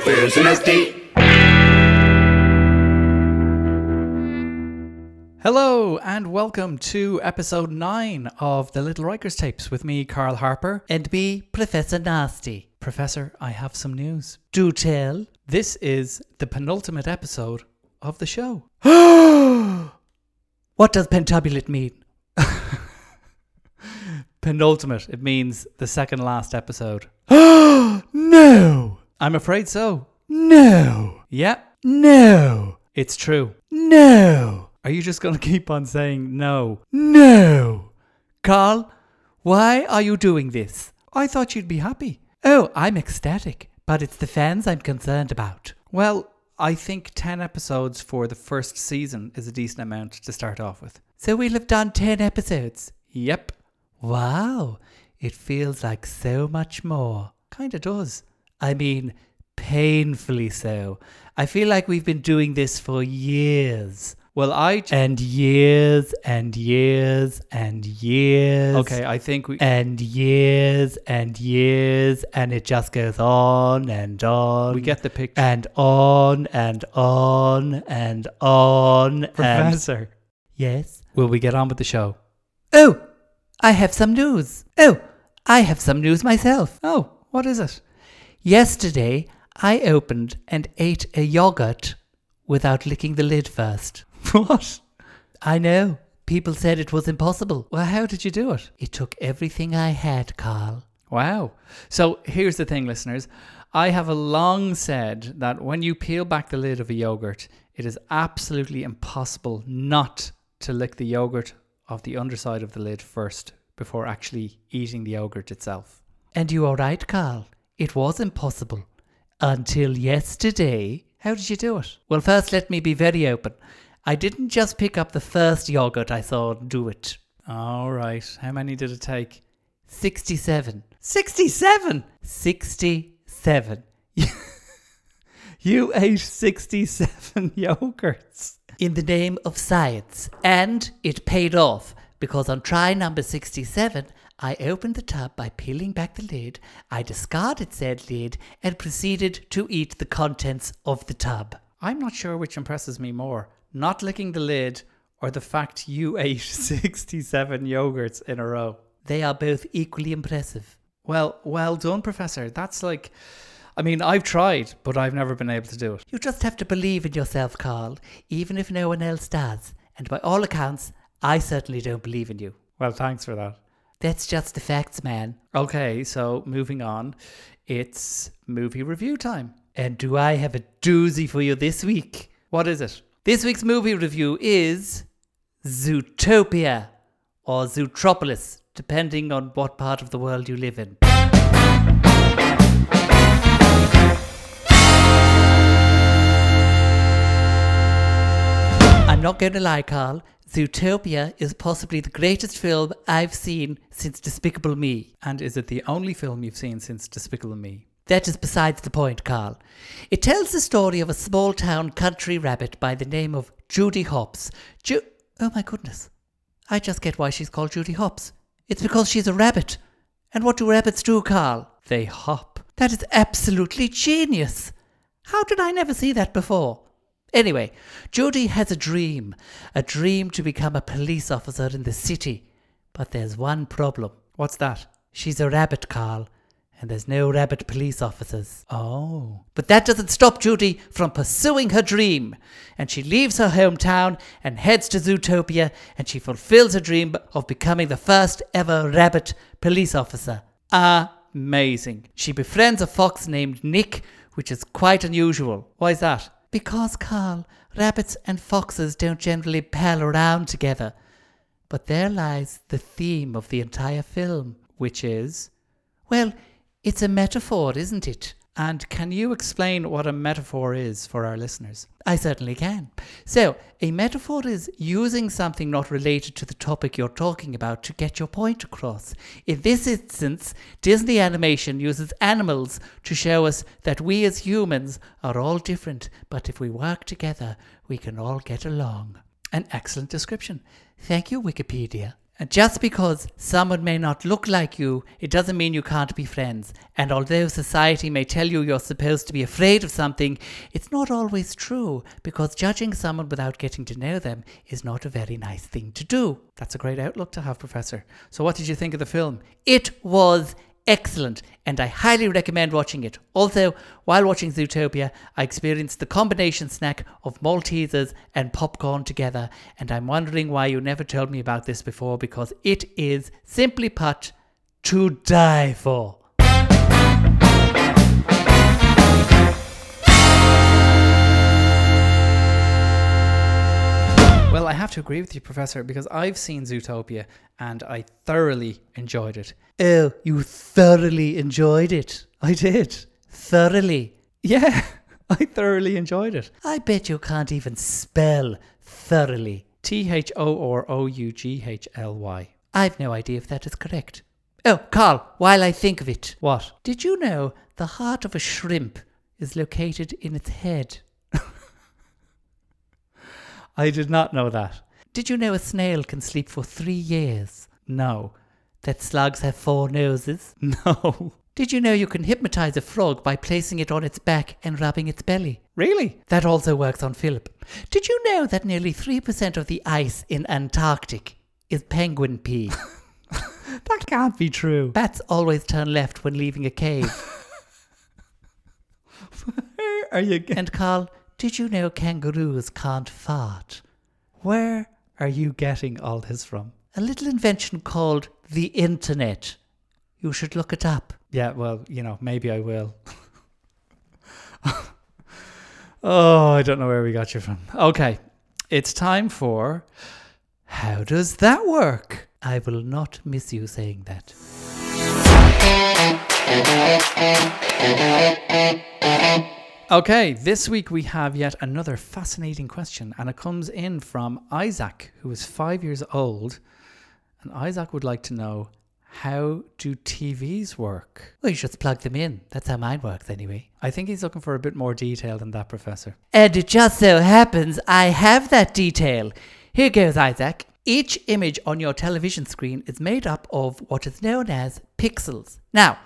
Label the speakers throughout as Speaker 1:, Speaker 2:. Speaker 1: Personality.
Speaker 2: Hello and welcome to episode 9 of the Little Rikers Tapes with me, Carl Harper.
Speaker 3: And me, Professor Nasty.
Speaker 2: Professor, I have some news.
Speaker 3: Do tell.
Speaker 2: This is the penultimate episode of the show.
Speaker 3: What does pentabulate mean?
Speaker 2: Penultimate, it means the second last episode.
Speaker 3: No!
Speaker 2: I'm afraid so.
Speaker 3: No!
Speaker 2: Yeah,
Speaker 3: No!
Speaker 2: it's true.
Speaker 3: No!
Speaker 2: Are you just going to keep on saying no?
Speaker 3: No! Carl, why are you doing this?
Speaker 2: I thought you'd be happy.
Speaker 3: Oh, I'm ecstatic, but it's the fans I'm concerned about.
Speaker 2: Well, I think 10 episodes for the first season is a decent amount to start off with.
Speaker 3: So we'll have done 10 episodes.
Speaker 2: Yep,
Speaker 3: Wow, it feels like so much more.
Speaker 2: kinda does.
Speaker 3: I mean, painfully so. I feel like we've been doing this for years.
Speaker 2: Well, I. j-
Speaker 3: And years and years and years.
Speaker 2: okay, I think we.
Speaker 3: And years and years, and it just goes on and on.
Speaker 2: We get the picture.
Speaker 3: and on and on and on. And
Speaker 2: Professor,
Speaker 3: yes.
Speaker 2: will we get on with the show?
Speaker 3: Oh, I have some news. Oh, I have some news myself.
Speaker 2: Oh, what is it?
Speaker 3: Yesterday, I opened and ate a yogurt without licking the lid first.
Speaker 2: What?
Speaker 3: I know. People said it was impossible.
Speaker 2: Well, how did you do it?
Speaker 3: It took everything I had, Carl.
Speaker 2: Wow. So here's the thing, listeners. I have a long said that when you peel back the lid of a yogurt, it is absolutely impossible not to lick the yogurt off the underside of the lid first before actually eating the yogurt itself.
Speaker 3: And you are right, Carl. It was impossible. Until yesterday. How did you do it? Well, first, let me be very open. I didn't just pick up the first yogurt I saw and do it.
Speaker 2: All right. How many did it take?
Speaker 3: 67.
Speaker 2: 67!
Speaker 3: 67.
Speaker 2: You ate 67 yogurts.
Speaker 3: in the name of science. And it paid off because on try number 67, I opened the tub by peeling back the lid. I discarded said lid and proceeded to eat the contents of the tub.
Speaker 2: I'm not sure which impresses me more not licking the lid or the fact you ate 67 yogurts in a row.
Speaker 3: They are both equally impressive.
Speaker 2: Well, well done, Professor. That's like, I mean, I've tried, but I've never been able to do it.
Speaker 3: You just have to believe in yourself, Carl, even if no one else does. And by all accounts, I certainly don't believe in you.
Speaker 2: Well, thanks for that.
Speaker 3: That's just the facts, man.
Speaker 2: Okay, so moving on, it's movie review time.
Speaker 3: And do I have a doozy for you this week?
Speaker 2: What is it?
Speaker 3: This week's movie review is Zootopia or Zootropolis, depending on what part of the world you live in. I'm not going to lie, Carl. Zootopia is possibly the greatest film I've seen since Despicable Me.
Speaker 2: And is it the only film you've seen since Despicable Me?
Speaker 3: That is besides the point, Carl. It tells the story of a small town country rabbit by the name of Judy Hopps. Ju- oh my goodness. I just get why she's called Judy Hopps. It's because she's a rabbit. And what do rabbits do, Carl?
Speaker 2: They hop.
Speaker 3: That is absolutely genius. How did I never see that before? Anyway, Judy has a dream a dream to become a police officer in the city. But there's one problem.
Speaker 2: What's that?
Speaker 3: She's a rabbit, Carl, and there's no rabbit police officers.
Speaker 2: Oh.
Speaker 3: But that doesn't stop Judy from pursuing her dream. And she leaves her hometown and heads to Zootopia and she fulfills her dream of becoming the first ever rabbit police officer.
Speaker 2: Amazing.
Speaker 3: She befriends a fox named Nick, which is quite unusual. Why's that? Because, Carl, rabbits and foxes don't generally pal around together. But there lies the theme of the entire film.
Speaker 2: Which is?
Speaker 3: Well, it's a metaphor, isn't it?
Speaker 2: And can you explain what a metaphor is for our listeners?
Speaker 3: I certainly can. So, a metaphor is using something not related to the topic you're talking about to get your point across. In this instance, Disney animation uses animals to show us that we as humans are all different, but if we work together, we can all get along.
Speaker 2: An excellent description.
Speaker 3: Thank you, Wikipedia. And just because someone may not look like you, it doesn't mean you can't be friends. And although society may tell you you're supposed to be afraid of something, it's not always true because judging someone without getting to know them is not a very nice thing to do.
Speaker 2: That's a great outlook to have, Professor. So, what did you think of the film?
Speaker 3: It was excellent, and I highly recommend watching it. Also, while watching Zootopia, I experienced the combination snack of Maltesers and popcorn together, and I'm wondering why you never told me about this before because it is, simply put, to die for.
Speaker 2: Well, I have to agree with you, Professor, because I've seen Zootopia and I thoroughly enjoyed it.
Speaker 3: Oh, you thoroughly enjoyed it.
Speaker 2: I did.
Speaker 3: Thoroughly.
Speaker 2: Yeah, I thoroughly enjoyed it.
Speaker 3: I bet you can't even spell thoroughly.
Speaker 2: T H O R O U G H L Y.
Speaker 3: I've no idea if that is correct. Oh, Carl, while I think of it,
Speaker 2: What?
Speaker 3: did you know the heart of a shrimp is located in its head?
Speaker 2: I did not know that.
Speaker 3: Did you know a snail can sleep for three years?
Speaker 2: No.
Speaker 3: That slugs have four noses?
Speaker 2: No.
Speaker 3: Did you know you can hypnotize a frog by placing it on its back and rubbing its belly?
Speaker 2: Really?
Speaker 3: That also works on Philip. Did you know that nearly 3% of the ice in Antarctic is penguin pee?
Speaker 2: That can't be true.
Speaker 3: Bats always turn left when leaving a cave.
Speaker 2: Where are you getting?
Speaker 3: and Carl, did you know kangaroos can't fart?
Speaker 2: Where are you getting all this from?
Speaker 3: A little invention called the internet. You should look it up.
Speaker 2: Yeah, well, you know, maybe I will. oh, I don't know where we got you from. Okay, it's time for How Does That Work?
Speaker 3: I will not miss you saying that.
Speaker 2: Okay, this week we have yet another fascinating question, and it comes in from Isaac, who is five years old. And Isaac would like to know how do TVs work?
Speaker 3: Well, you just plug them in. That's how mine works, anyway.
Speaker 2: I think he's looking for a bit more detail than that, Professor.
Speaker 3: And it just so happens I have that detail. Here goes, Isaac. Each image on your television screen is made up of what is known as pixels. Now,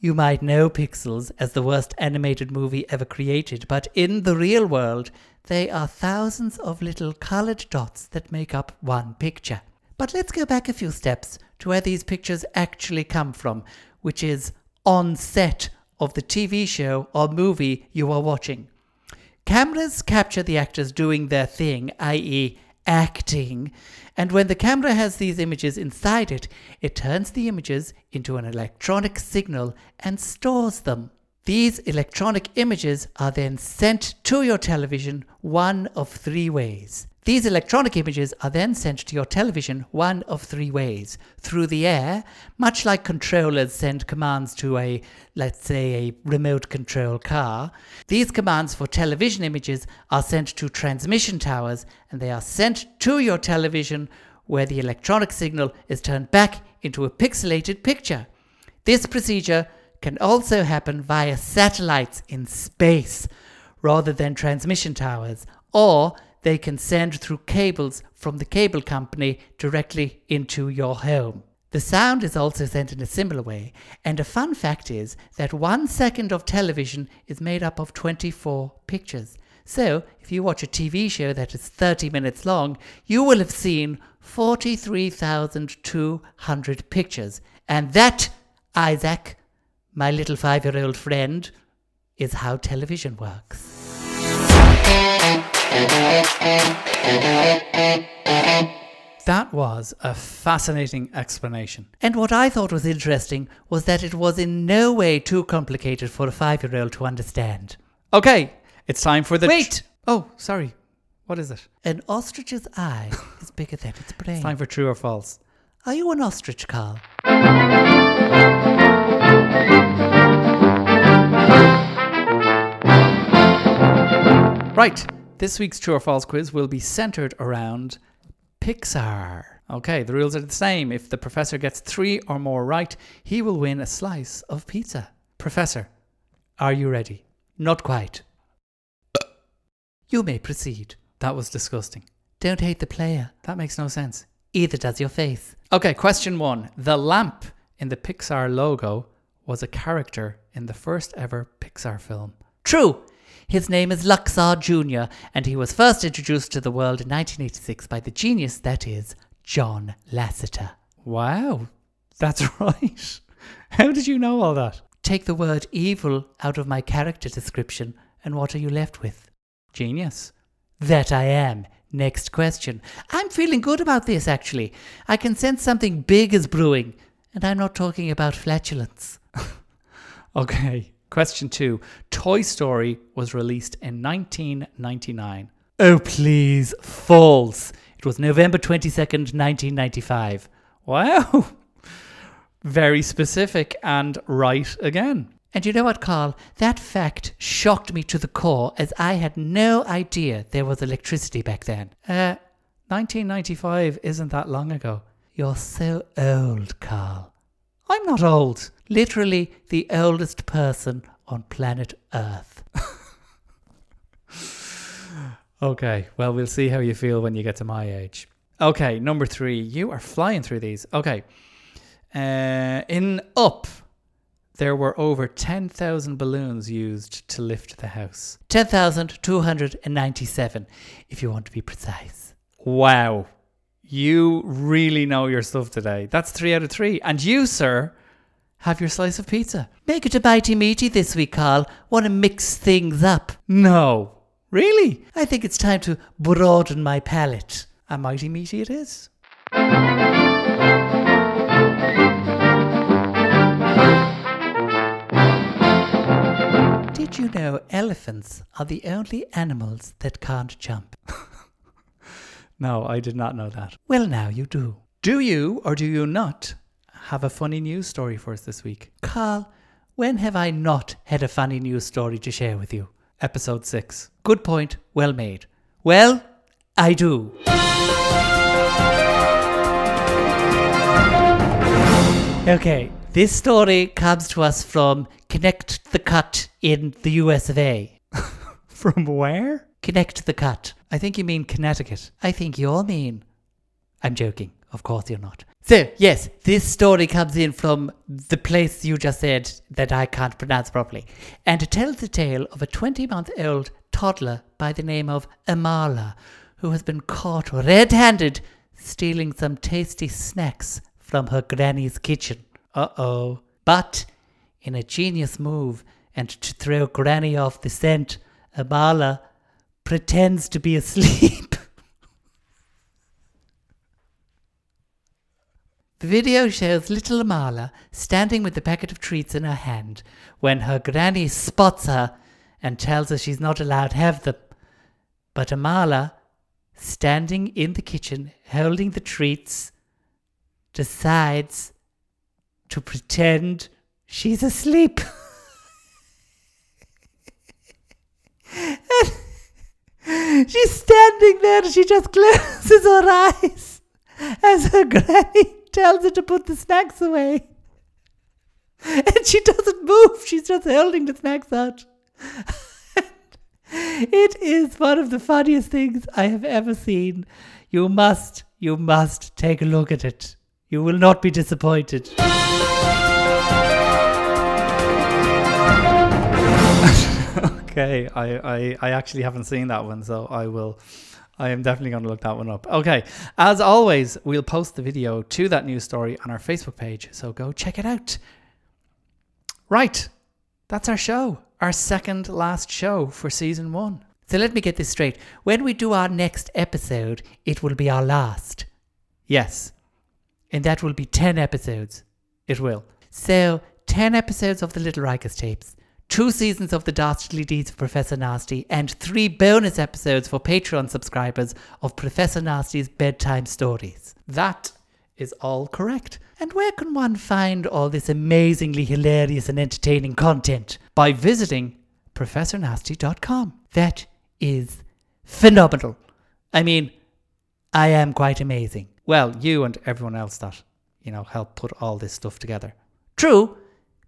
Speaker 3: you might know pixels as the worst animated movie ever created, but in the real world, they are thousands of little colored dots that make up one picture. But let's go back a few steps to where these pictures actually come from, which is on set of the TV show or movie you are watching. Cameras capture the actors doing their thing, i.e., acting, and when the camera has these images inside it, it turns the images into an electronic signal and stores them. These electronic images are then sent to your television one of three ways. These electronic images are then sent to your television one of three ways through the air, much like controllers send commands to a, let's say, a remote control car. These commands for television images are sent to transmission towers and they are sent to your television where the electronic signal is turned back into a pixelated picture. This procedure can also happen via satellites in space rather than transmission towers, or they can send through cables from the cable company directly into your home. The sound is also sent in a similar way, and a fun fact is that one second of television is made up of 24 pictures. So, if you watch a TV show that is 30 minutes long, you will have seen 43,200 pictures. And that, Isaac, my little five year old friend, is how television works.
Speaker 2: That was a fascinating explanation.
Speaker 3: And what I thought was interesting was that it was in no way too complicated for a five year old to understand.
Speaker 2: Okay, it's time for the.
Speaker 3: Wait!
Speaker 2: oh, sorry. What is it?
Speaker 3: An ostrich's eye is bigger than its brain.
Speaker 2: It's time for true or false.
Speaker 3: Are you an ostrich, Carl?
Speaker 2: Right, this week's true or false quiz will be centered around Pixar. Okay, the rules are the same. If the professor gets three or more right, he will win a slice of pizza. Professor, are you ready?
Speaker 3: Not quite. You may proceed.
Speaker 2: That was disgusting.
Speaker 3: Don't hate the player.
Speaker 2: That makes no sense.
Speaker 3: Either does your face.
Speaker 2: Okay, question one. The lamp in the Pixar logo was a character in the first ever Pixar film.
Speaker 3: True. His name is Luxor Jr., and he was first introduced to the world in 1986 by the genius that is John Lasseter.
Speaker 2: Wow, that's right. How did you know all that?
Speaker 3: Take the word evil out of my character description, and what are you left with?
Speaker 2: Genius.
Speaker 3: That I am. Next question. I'm feeling good about this, actually. I can sense something big is brewing, and I'm not talking about flatulence.
Speaker 2: Okay, question two. Toy Story was released in 1999.
Speaker 3: Oh, please, false. It was November 22nd, 1995.
Speaker 2: Wow. Very specific and right again.
Speaker 3: And you know what, Carl? That fact shocked me to the core as I had no idea there was electricity back then.
Speaker 2: Uh, 1995 isn't that long ago.
Speaker 3: You're so old, Carl.
Speaker 2: I'm not old.
Speaker 3: Literally the oldest person on planet Earth.
Speaker 2: Okay, well, we'll see how you feel when you get to my age. Okay, number three. You are flying through these. Okay. Uh, in Up, there were over 10,000 balloons used to lift the house.
Speaker 3: 10,297, if you want to be precise.
Speaker 2: Wow. You really know your stuff today. That's three out of three. And you, sir, have your slice of pizza.
Speaker 3: Make it a bitey meaty this week, Carl. Want to mix things up.
Speaker 2: No. Really?
Speaker 3: I think it's time to broaden my palate.
Speaker 2: A mighty meaty it is.
Speaker 3: Did you know elephants are the only animals that can't jump?
Speaker 2: No, I did not know that.
Speaker 3: Well, now you do.
Speaker 2: Do you or do you not have a funny news story for us this week?
Speaker 3: Carl, when have I not had a funny news story to share with you?
Speaker 2: Episode 6.
Speaker 3: Good point, well made. Well, I do. Okay, this story comes to us from Connect the Cut in the US of A.
Speaker 2: From where?
Speaker 3: Connect the Cut.
Speaker 2: I think you mean Connecticut.
Speaker 3: I think you're mean. I'm joking. Of course you're not. So, yes, this story comes in from the place you just said that I can't pronounce properly. And it tells the tale of a 20 month old toddler by the name of Amala, who has been caught red handed stealing some tasty snacks from her granny's kitchen. Uh oh. But, in a genius move and to throw Granny off the scent, Amala pretends to be asleep. The video shows little Amala standing with the packet of treats in her hand when her granny spots her and tells her she's not allowed to have them. But Amala, standing in the kitchen holding the treats, decides to pretend she's asleep. She's standing there, she just closes her eyes as her granny tells her to put the snacks away. And she doesn't move, she's just holding the snacks out. it is one of the funniest things I have ever seen. You must, you must take a look at it. You will not be disappointed.
Speaker 2: Okay, I, I, I actually haven't seen that one, so I will. I am definitely going to look that one up. Okay, as always, we'll post the video to that news story on our Facebook page, so go check it out. Right, that's our show, our second last show for season one.
Speaker 3: So let me get this straight. When we do our next episode, it will be our last,
Speaker 2: Yes,
Speaker 3: and that will be 10 episodes.
Speaker 2: it will.
Speaker 3: So, 10 episodes of the Little Rikers tapes, two seasons of the Dastardly Deeds of Professor Nasty, and three bonus episodes for Patreon subscribers of Professor Nasty's bedtime stories.
Speaker 2: That is all correct
Speaker 3: And where can one find all this amazingly hilarious and entertaining content?
Speaker 2: by visiting professornasty.com.
Speaker 3: That is phenomenal. I mean, I am quite amazing.
Speaker 2: Well, you and everyone else that, you know, help put all this stuff together.
Speaker 3: True,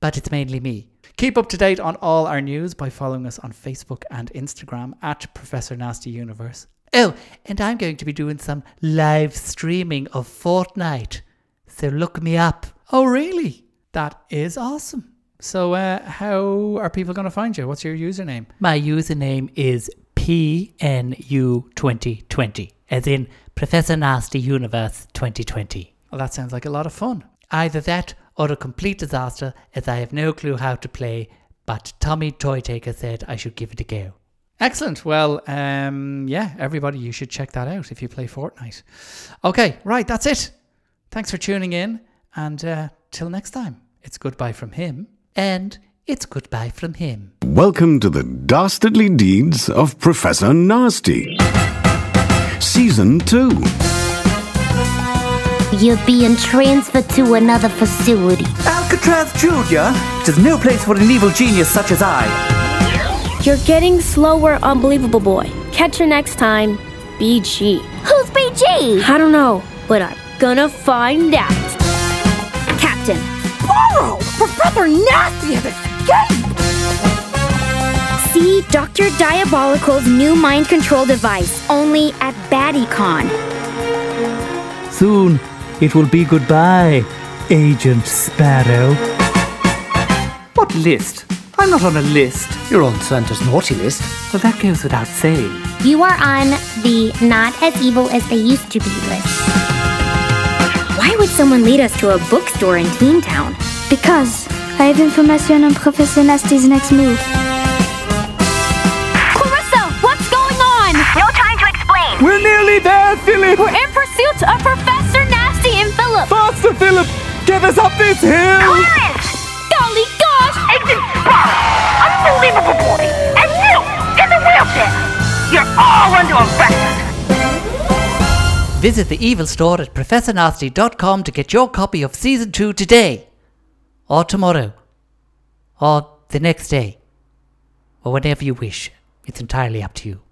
Speaker 3: but it's mainly me.
Speaker 2: Keep up to date on all our news by following us on Facebook and Instagram at Professor Nasty Universe
Speaker 3: Oh, and I'm going to be doing some live streaming of Fortnite. So look me up.
Speaker 2: Oh, really? That is awesome. So, uh, how are people going to find you? What's your username?
Speaker 3: My username is PNU2020, as in Professor Nasty Universe 2020.
Speaker 2: Well, that sounds like a lot of fun.
Speaker 3: Either that or a complete disaster, as I have no clue how to play, but Tommy Toytaker said I should give it a go.
Speaker 2: Excellent. Well, um, yeah, everybody, you should check that out if you play Fortnite. Okay, right, that's it. Thanks for tuning in, and uh, till next time, it's goodbye from him.
Speaker 3: And it's goodbye from him.
Speaker 1: Welcome to the Dastardly Deeds of Professor Nasty. Season 2.
Speaker 4: You're being transferred to another facility.
Speaker 5: Alcatraz Junior, it is no place for an evil genius such as I.
Speaker 6: You're getting slower,
Speaker 4: Oh,
Speaker 6: unbelievable boy. Catch you next time, BG.
Speaker 4: Who's BG?
Speaker 6: I don't know, but I'm gonna find out. Captain,
Speaker 7: Borrow! Professor Nasty has escaped!
Speaker 4: See Dr. Diabolical's new mind control device only at BattyCon.
Speaker 5: Soon it will be goodbye, Agent Sparrow. What list? I'm not on a list.
Speaker 8: You're on Santa's naughty list.
Speaker 5: Well, that goes without saying.
Speaker 4: You are on the not as evil as they used to be list. Why would someone lead us to a bookstore in Teen Town?
Speaker 9: Because I have information on Professor Nasty's next move.
Speaker 10: Clarissa, what's going on?
Speaker 11: No time to explain.
Speaker 5: We're nearly there, Philip!
Speaker 10: We're in pursuit of Professor Nasty and Philip.
Speaker 5: Faster, Philip! Get us up this hill!
Speaker 11: Clarence!
Speaker 10: Golly gosh!
Speaker 11: Agent Sparrow! Unbelievable boy! And you! In the wheelchair! You're all under arrest!
Speaker 3: Visit the evil store at professornasty.com to get your copy of season 2 today, or tomorrow, or the next day, or whenever you wish. It's entirely up to you.